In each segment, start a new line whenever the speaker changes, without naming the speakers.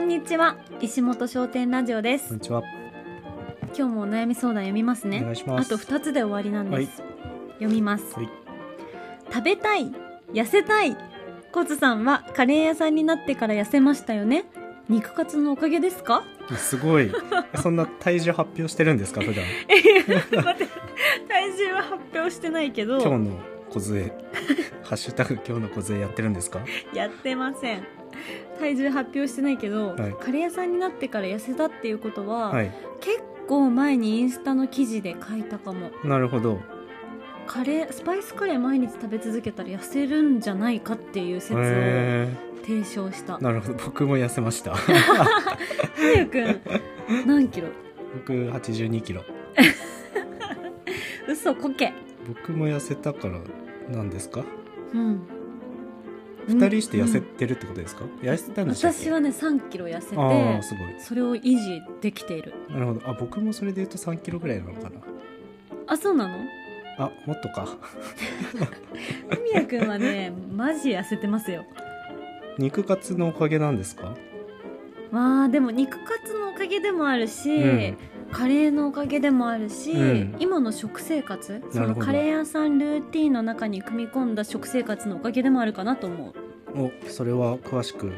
んにちは石本商店ラジオで
こん
す
にちは。
今日もお悩み相談読みます
お願
ね
いしま
あ
す。
と2つで終わりなんです、読みます、
はい
食べたい痩せたいコツさんはカレー屋さんになってから痩せましたよね肉カツのおかげですか
す ごい。そんな体重発表してるんですか、普段。
え待って体重は発表してないけど
今日の小杖。 ハッシュタグ今日の小杖やってるんですか。
やってません体重発表してないけど、
はい
カレー屋さんになってから痩せたっていうことは、
はい。
結構前にインスタの記事で書いたかも
なるほど。
カレースパイスカレー毎日食べ続けたら痩せるんじゃないかっていう説を
え
提唱した
ー、なるほど。僕も痩せ ました。
はゆく ん何キロ
僕八十二キロ。
嘘こけ
僕も痩せたから。なんですか。
うん
二人して痩せてるってことですか。痩せたんでしたっけ
私はね3キロ痩せ
ああ、
て
すごい。
それを維持できている
なるほど。あ、僕もそれで言うと三キロぐらいなのかな。
あそう なの
あ、もっとか。
みやくんはねマジ痩せてますよ
肉カツのおかげなんですか。
まあでも肉カツのおかげでもあるし、
うん
カレーのおかげでもあるし、
うん
今の食生活そ
なる
の
ほど
カレー屋さんルーティーンの中に組み込んだ食生活のおかげでもあるかなと思う
お、それは詳しく。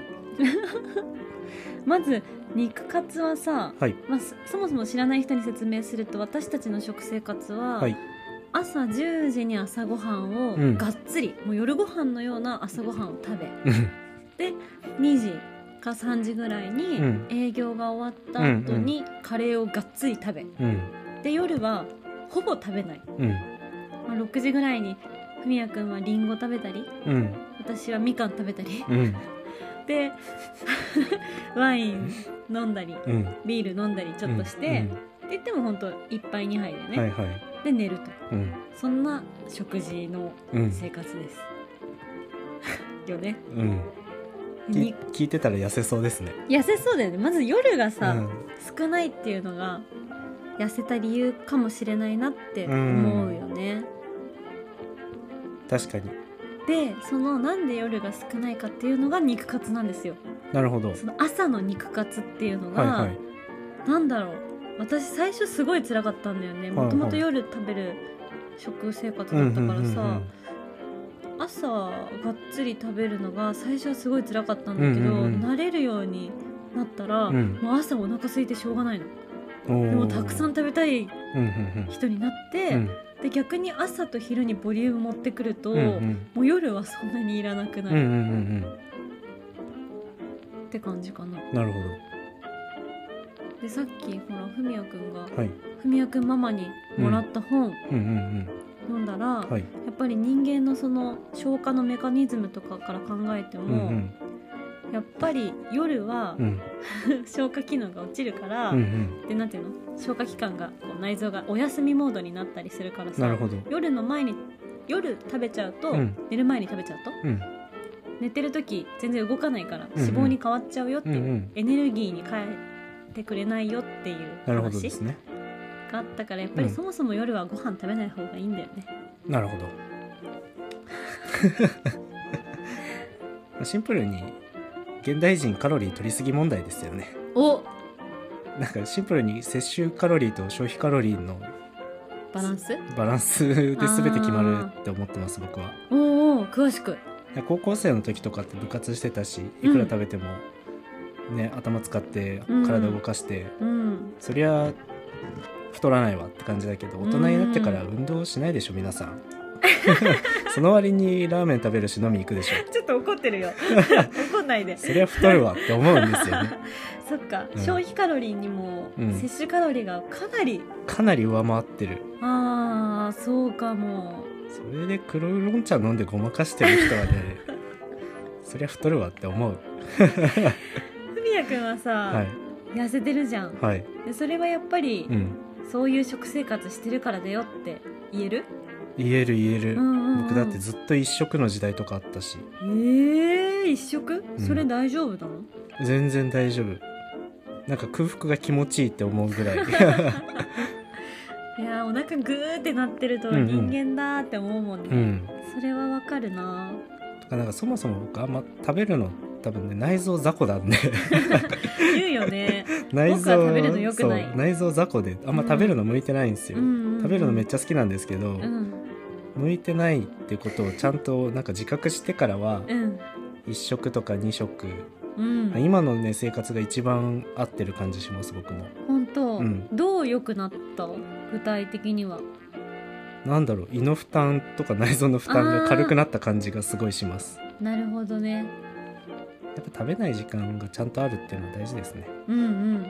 まず肉カツはさ、
はい。
まあ、そそもそも知らない人に説明すると私たちの食生活は、
はい。
朝10時に朝ごはんを
うん
がっつり、もう夜ご飯のような朝ごはんを食べ
うん
2時か3時ぐらいに
うん
営業が終わった後にカレーをがっつり食べ
うん
で夜はほぼ食べない、
うん
まあ、6時ぐらいにふみやくんはりんご食べたり
うん
私はみかん食べたり
うん
で ワイン飲んだり
うん
ビール飲んだりちょっとして、って言っても本当一1杯2杯で
うん
ね、
うんはいはい
で寝ると
うん
そんな食事の
うん
生活です、 よね
うんき
に
聞いてたら痩せそうですね
痩せそうだよねまず夜がさ、
うん
少ないっていうのが痩せた理由かもしれないなって思うよね、
確かに
でそのなんで夜が少ないかっていうのが肉活なんですよ
なるほど
その朝の肉活っていうのが、
はいはい
なんだろう私最初すごい辛かったんだよね
はい
もともと夜食べる食生活だったからさ、朝がっつり食べるのが最初はすごい辛かったんだけど、
うんうんうん
慣れるようになったら、
うん
もう朝お腹空いてしょうがないの
うん
で
うん
もたくさん
おー
食べたい
うんうん
人になって、
うん
で逆に朝と昼にボリューム持ってくると、
うんうん
もう夜はそんなにいらなく
う
なん
う
る
んうん
って感じかな、
うんなるほ
でさっきほらふみやくんが
どはい
ふみやくんママにもらった本
うんうん
読んだら、
うんはい
やっぱり人間のその消化のメカニズムとかから考えて
うんう
も、
ん
やっぱり夜は
うん
消化機能が落ちるから、
うんうん
でなんていうの消化器官がこう内臓がお休みモードになったりするから
なる
さ
ほど
夜の前に夜食べちゃうと、
うん
寝る前に食べちゃうと
うん
寝てる時全然動かないから
うんうん
脂肪に変わっちゃうよっていう、
うんうん
エネルギーに変えてくれないよっていう
なるほどで
話
すね
があったからやっぱり
うん
そもそも夜はご飯食べない方がいいんだよね。
なるほどシンプルに現代人カロリー取りすぎ問題ですよね
お
なんかシンプルに摂取カロリーと消費カロリーの
バランス
バランスで全て決まるって思ってます僕は
おーおー詳しく
高校生の時とかって部活してたしいくら食べても、ね頭使って体動かして、
うん
そりゃ太らないわって感じだけど大人になってから運動しないでしょ皆さ んその割にラーメン食べるし飲み行くでしょ
ちょっと怒って るよ怒んないで
そりゃ太るわって思うんですよね
そっか、
うん
消費カロリーにも
うん
摂取カロリーがかなり、
かなり上回ってる
ああそうかも
それで黒ウーロン茶飲んでごまかしてる人はねそりゃ太るわって思う
ふみやくんはさ、
はい
痩せてるじゃん
はい
でそれはやっぱり、
うん
そういう食生活してるからだよって言える、
言える言える、
うんうんうん
僕だってずっと一食の時代とかあったし
えー、一食
ん
それ大丈夫なの、
全然大丈夫なんか空腹が気持ちいいって思う ぐらい
いやーお腹グーってなってると
うんうん
人間だーって思うもんね、
うん
それはわかるな
とかなんかそもそも僕あんま食べるの多分ね内臓雑魚なんで
言うよ ね
内
僕は食べるの良くない
そう内臓雑魚であんま食べるの向いてないんですよ、食
食
べるのめっ
ち
ちゃ好きなんですけ
う
ど、
ん
向いてないってことをちゃんとなんか自覚してからは
うん
1食とか2食、
うん
今のね生活が一番合ってる感じします僕も
本当、
うん
どう良くなった具体的には
なんだろう胃の負担とか内臓の負担が軽くなった感じがすごいしますや
なるほどね
っぱ食べない時間がちゃんとあるっていうのは大事ですね
うんうん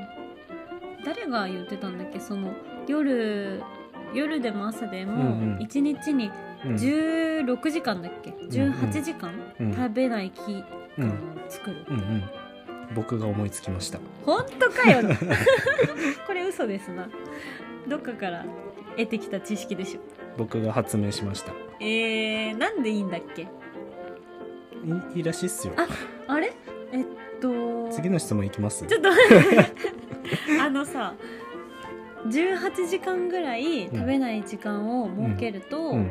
誰が言ってたんだっけその夜夜でも朝で
うん
も
うん
1日に
うん
16時間だっけ18時間
うん
食べない期
うん
間を作る、
うんうん僕が思いつきました
本当かよ これ嘘ですなどっかから得てきた知識でしょ
僕が発明しました
えー、なんでいいんだっけ
いいいらしいっすよ
あれえっと
次の質問いきます
ちょっと あのさ18時間ぐらい食べない時間を設けると、
うん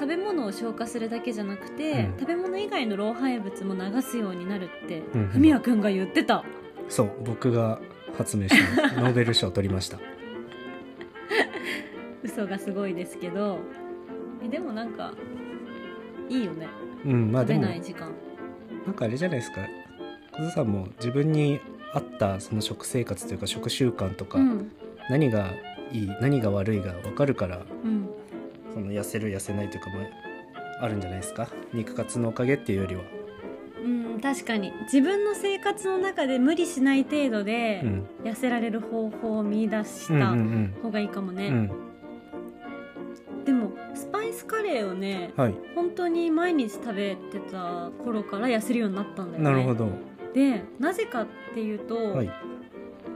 食べ物を消化するだけじゃなくて、
うん
食べ物以外の老廃物も流すようになるって
うんうん
ふみやくんが言ってた
そう僕が発明しましたノーベル賞を取りました
嘘がすごいですけどえでもなんかいいよね
うんまあ
食
で
べ
も
ない時間
なんかあれじゃないですか小津さんも自分に合ったその食生活というか食習慣とか、
うん
何がいい何が悪いが分かるから
うん
その痩せる痩せないというかもあるんじゃないですか肉活のおかげっていうよりは、
うん確かに自分の生活の中で無理しない程度で
うん、
痩せられる方法を見出し
うんうん
た方がいいかもね、
うんうん
でもスパイスカレーをね
はい
本当に毎日食べてた頃から痩せるようになったんだよね
なるほど
でなぜかっていうと、
はい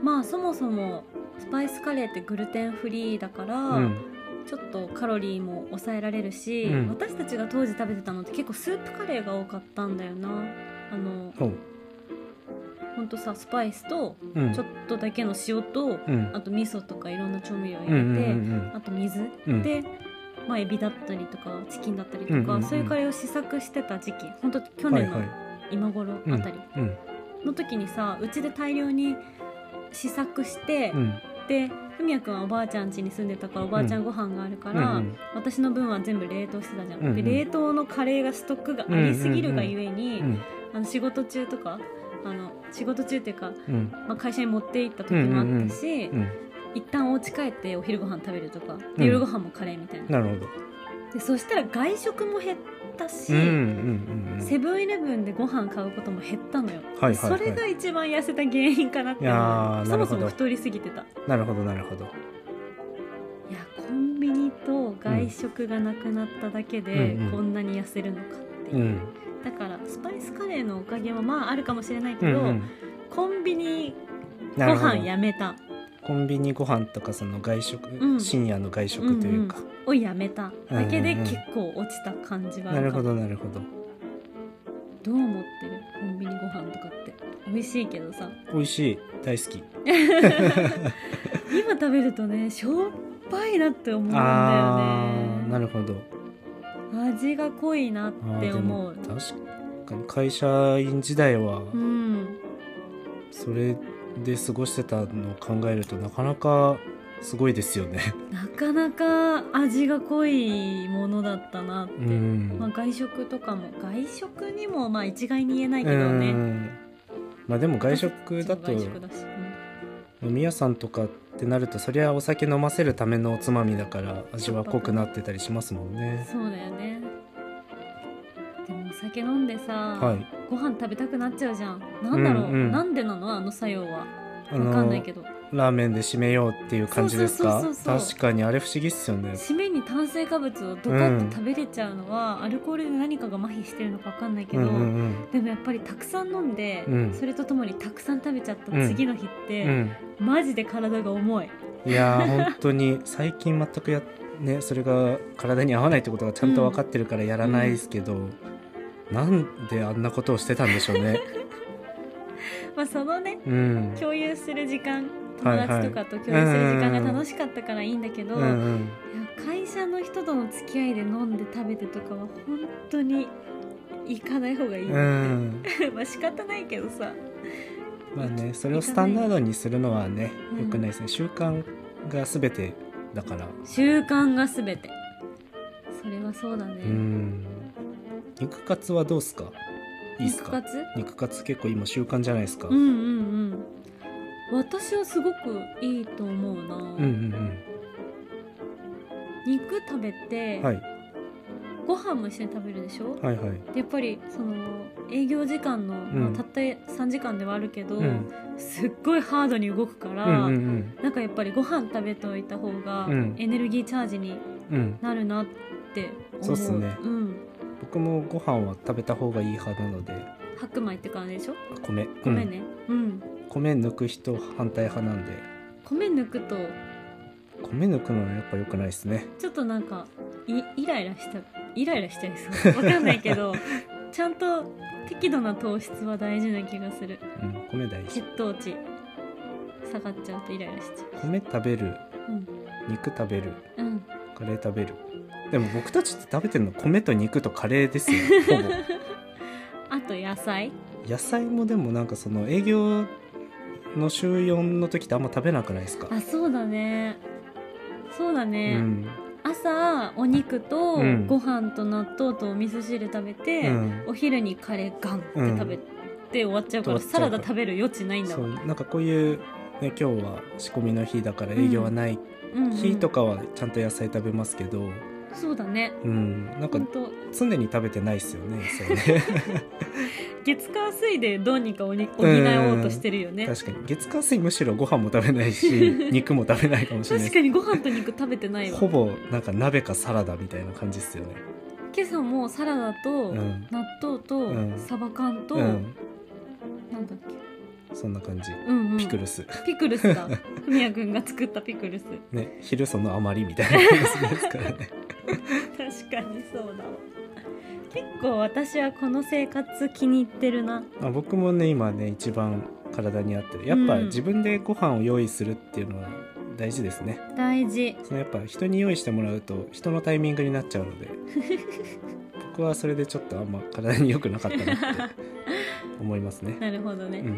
まあそもそもスパイスカレーってグルテンフリーだから、
うん
ちょっとカロリーも抑えられるし、
うん
私たちが当時食べてたのって結構スープカレーが多かったんだよなあの
ほう
ほんとさスパイスと
うん
ちょっとだけの塩と
うん
あと味噌とかいろんな調味料入れ
う
て、
んうん
あと水
うんうん
で、まあ、エビだったりとかチキンだったりとか、
うんうんうん
そういうカレーを試作してた時期ほんと去
はい
年
は
の
い
今頃あたり、
うん
の時にさうちで大量に試作して、
うん
でふみやくんはおばあちゃん家に住んでたからおばあちゃんご飯があるか
う
ら、
ん
私の分は全部冷凍してたじゃん、
うんうん
で冷凍のカレーがストックがありすぎるがゆえに、
うん
あの仕事中とかあの仕事中っていうか、
うん
まあ、会社に持って行った時もあったし、
うん
一旦お家帰ってお昼ご飯食べるとかで
うん
夜ご飯もカレーみたいな、
なるほど
でそしたら外食も減ったし、
うんうんうんうん
セブンイレブンでご飯買うことも減ったのよ、
はいはいはい
それが一番痩せた原因かなって
いやー
そもそ
なるほど
も太りすぎてたい
なるほどなるほど
やコンビニと外食がなくなっただけで、
うんうん
こんなに痩せるのかっていうう、
ん
だからスパイスカレーのおかげはまああるかもしれないけ
う
ど、
んうん
コンビニご
なるほ
飯
ど
やめた
コンビニご飯とかその外食、
うん
深夜の外食というか、
んをやめただけで
うんうんうん
結構落ちた感じはあ
な
る
る
か
ほ
も
どなるほど
どう思ってるコンビニご飯とかって美味しいけどさ
美味しい大好き
今食べるとねしょっぱいなって思うんだ
あーな
よね
るほど
味が濃いなっ
あー
て思う
でも確かに会社員時代は
うん
それで過ごしてたのを考えるとなかなかすごいですよね
なかなか味が濃いものだったなって、
うん
まあ、外食とかも外食にもまあ一概に言えないけ
う
どね
んまあでも外食だと
外
飲
食だし、
み屋さんとかってなるとそりゃお酒飲ませるためのおつまみだから味は濃くなってたりしますもん
うん
ね
そうだよねでもお酒飲んでさ、
はい
ご飯食べたくなっちゃうじゃんなんだろう、
うんうん
なんでなのあの作用は
あ
わかんないけど
ラーメンで締めようっていう感じですか
そうそうそうそう
確かにあれ不思議っすよね
締めに炭水化物をドカッと食べれちゃうのは、アルコールで何かが麻痺してるのか分かんないけ
う
ど、
んうん
でもやっぱりたくさん飲んで、
うん
それとともにたくさん食べちゃった
うん
次の日って、
うん、
マジで体が重い
うん、いやー本当に最近全くやねそれが体に合わないってことがちゃんと分かってるからやらないですけど、なんであんなことをしてたんでしょう ね
まあそのね
うん
共有する時間
は
友
いはい
達とかと共有する時間が
うんうんうん
楽しかったからいいんだけど、
うんうん
いや会社の人との付き合いで飲んで食べてとかは本当に行かない方がいい、
うん
まあ仕方ないけどさ
まあねそれをスタンダードにするのはね
うん
良くないですね習慣が全てだから
習慣が全てそれはそうだね、
うん肉活はどうっすかいいっすか
活
肉活結構今習慣じゃないですか、
うんうんうん私はすごくいいと思うな、
うんうん
肉食べて、
うんはい
ご飯も一緒に食べるでしょ、
はいはい
でやっぱりその営業時間の、
ん
まあたった3時間ではあるけど、
うん
すっごいハードに動くから、
うんうん
なんかやっぱりご飯食べておいた方が
うん
エネルギーチャージに
うんうん
なるなって思う
そうっすね
うん、
僕もご飯は食べた方がいい派なので
白米って感じでしょ
米
米ね、うん、
うん、米抜く人反対派なんで
米抜くと
米抜くのはやっぱ良くないですね
ちょっとなんかいイライラしたイライラしちゃいそうわかんないけ どちゃんと適度な糖質は大事な気がする
うん米大
血
事
糖値下がっちゃうとイライラしちゃ
米食べる
ううん
肉食べる
うん
カレー食べるでも僕たちって食べてるの米と肉とカレ ーですよほぼ
あと野菜
野菜もでもなんかその営業の週4の時ってあんま食べなくないですか
あそうだねそうだ
う
ね、
ん、
朝お肉と
うん
ご飯と納豆とお味噌汁食べて、
うん
お昼にカレーガンって食べて終わっちゃうから、
終わっち
サ
ゃうから
ラダ食べる余地ないんだ
そ
わ
うなんかこういう、ね、今日は仕込みの日だから営業はない
うんうん
日とかはちゃんと野菜食べますけど、うん
そうだね
なんか
本当
常に食べてないですよね野菜ね
月火水でどうにかおに補おうとしてるよ ね
確かに月火水むしろご飯も食べないし肉も食べないかもしれない
確かにご飯と肉食べてないわ
ほぼなんか鍋かサラダみたいな感じですよね
今朝もサラダと
うん
納豆
うん
とサバ缶と、
うん
なんだっけ
そんな感じ
うんうん
ピクルス、
ピクルス だふみやくんが作ったピクルス
ね昼その余りみたいな感じですか らね
確かにそうだわ結構私はこの生活気に入ってるな
まあ僕もね今ね一番体に合ってるやっぱ
うん
自分でご飯を用意するっていうのは大事ですね、
大事
そのやっぱ人に用意してもらうと人のタイミングになっちゃ うので僕はそれでちょっとあんま体に良くなかったなって思いますね
なるほどね、
うん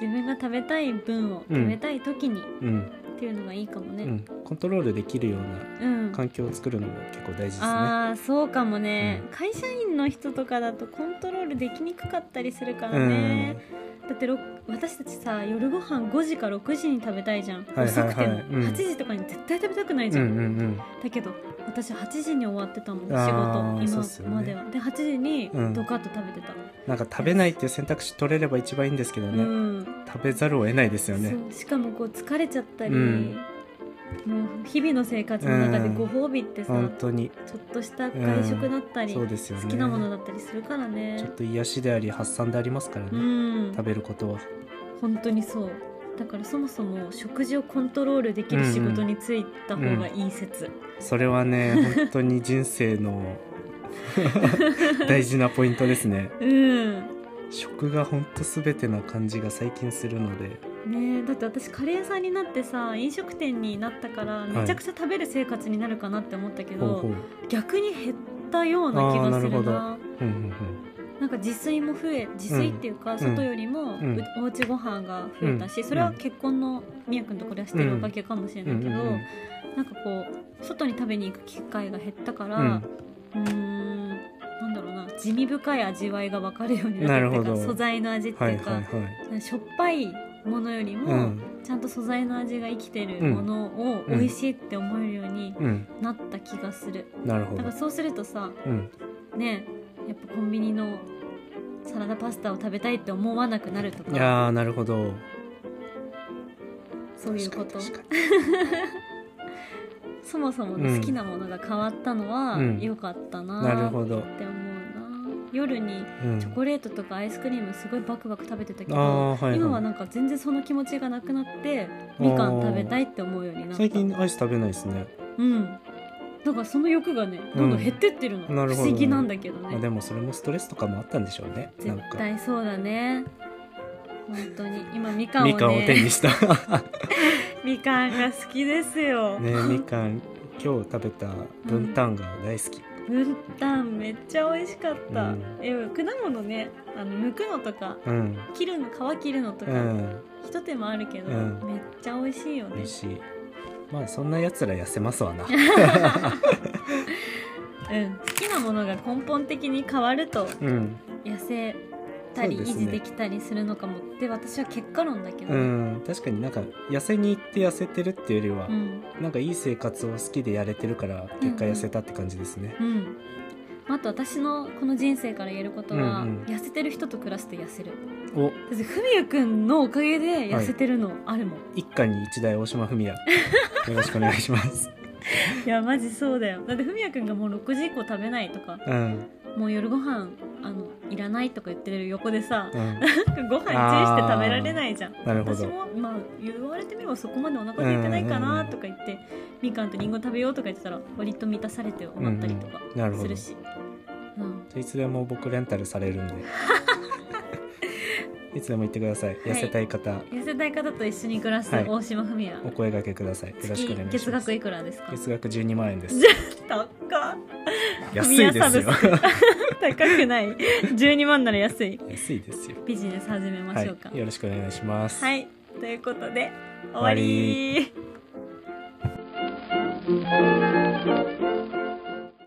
自分が食べたい分を食べたい時に、
うん
っていうのがいいかも
う
ね
んコントロールできるような
うん、
環境を作るのも結構大事ですね
ああそうかもね、
う
会社員の人とかだとコントロールできにくかったりするから
うん
ね、だってろ私たちさ夜ご飯5時か6時に食べたいじゃん、
はいはいはい
遅くても、
うん
8時とかに絶対食べたくないじ
う
ゃ
ん
ん、
うん
だけど私8時に終わってたもん仕
あーそうっす
事
よ
今
ね
までは、で8時に
うん
ドカッと食べてた
うんなんか食べないっていう選択肢取れれば一番いいんですけど
う
ね、
ん、
食べざるを得ないですよね
そうしかもこう疲れちゃったり、
うん
もう日々の生活の中で
うん
ご褒美ってさ、
本当に
ちょっとした外食だったり、
そうですよね
好きなものだったりするからね
ちょっと癒しであり発散でありますからね、
うん
食べることは
本当にそうだからそもそも食事をコントロールできる仕事に就いた方がいい説、
それ はね本当に人生の大事なポイントですね
うん
食が本当すべてな感じが最近するので
ねえだって私カレー屋さんになってさ飲食店になったからめちゃくちゃ食べる生活になるかなって思ったけ
ほう
ど、
ほう
逆に減ったような気がす
あーなるほ
る
ど
な
うんうん
なんか自炊も増え自炊っていうか、外よりも、
うん
うおうちご飯が増えたし、
うん
それは結婚のみやくんと暮らしてるおかげかもしれ
う
ない
ん
け
う
ど、
んうん
なんかこう外に食べに行く機会が減ったから、
うん
うーんなんだろうな地味深い味わいが分かるようになって
なるほど
素材の味って
はいいう
か、
はいはい
しょっぱいものより
う
も、
ん
ちゃんと素材の味が生きてるものを
うん
美味しいって思えるように
うん
なった気がする、
なるほ
だ
ど
からそうするとさ
うん
ねやっぱコンビニのサラダパスタを食べたいって思わなくなると
い
か
やーなるほど
そういうこと
確かに
そもそも
う
の好
ん
きなものが変わったのは
うん
良かったな
なる
ー
ほど
って思うな夜に
確かに、うん、
チョコレートとかアイスクリームすごいバクバク食べてたけ
あ
ど
ーはいはい
今はなんか全然その気持ちがなくなってみかん食べたいって思うようになった
最近アイス食べないですね、
うんだからその欲がねどんどん減ってってるの、
うんなる
不
ほどね
思議なんだけど
ま
ね
あ、でもそれもストレスとかもあったんでしょうねなん
絶
か
対そうだね本当に今みかんをね
みかんを手に した
み かんが好きですよ、
ねみかん今日食べた文旦が大好き、
分担めっちゃ美味しかった、
うん
え果物ねあの剥くのとか
うん
切るの皮切るのとか、
うん
ひと手間あるけど、
うん
めっちゃ美味しいよ
美
ね
味しいまあそんなやつら痩せますわ な
うん好きなものが根本的に変わると
うん
痩せたり、
そうです
維
ね
持できたりするのかもって私は結果論だけど
う
ね、
ん確かになんか痩せに行って痩せてるっていうよりは、
うん
なんかいい生活を好きでやれてるから結果痩せたって感じですね、
うんあと私のこの人生から言えることは、
うんうん
痩せてる人と暮らすと痩せる
お
だってふみゆくんのおかげで痩せてるのあ るもん、
一家に一台大島 文也よろしくお願いします
い、やマジそうだよだってふみゆくんがもう6時以降食べないとか
うん
もう夜ご飯あのいらないとか言ってる横でさ
うん
ご飯チンして食べられないじゃん
なるほ
私
ど
もまあ言われてみればそこまでお腹空いてないかなとか言って、みかんとりんご食べようとか言ってたら割と満たされて思ったりとか
うんうんなるほど
するし、うん
いつでも僕レンタルされる んでいつでも行ってください痩せたい方、
痩せたい方と一緒に暮らす
はい
大島文也、
お声掛けくださいよろしくお願いし
月月
ます
額いくらですか
月額12万円で す
じゃあ高っ
安いですよ
組合サブスク高くない12万な ら安い
安いですよ
ビジネス始めま
は
しょう
い
か、
よろしくお願いします
はい、ということで終
終わ
わ
り
り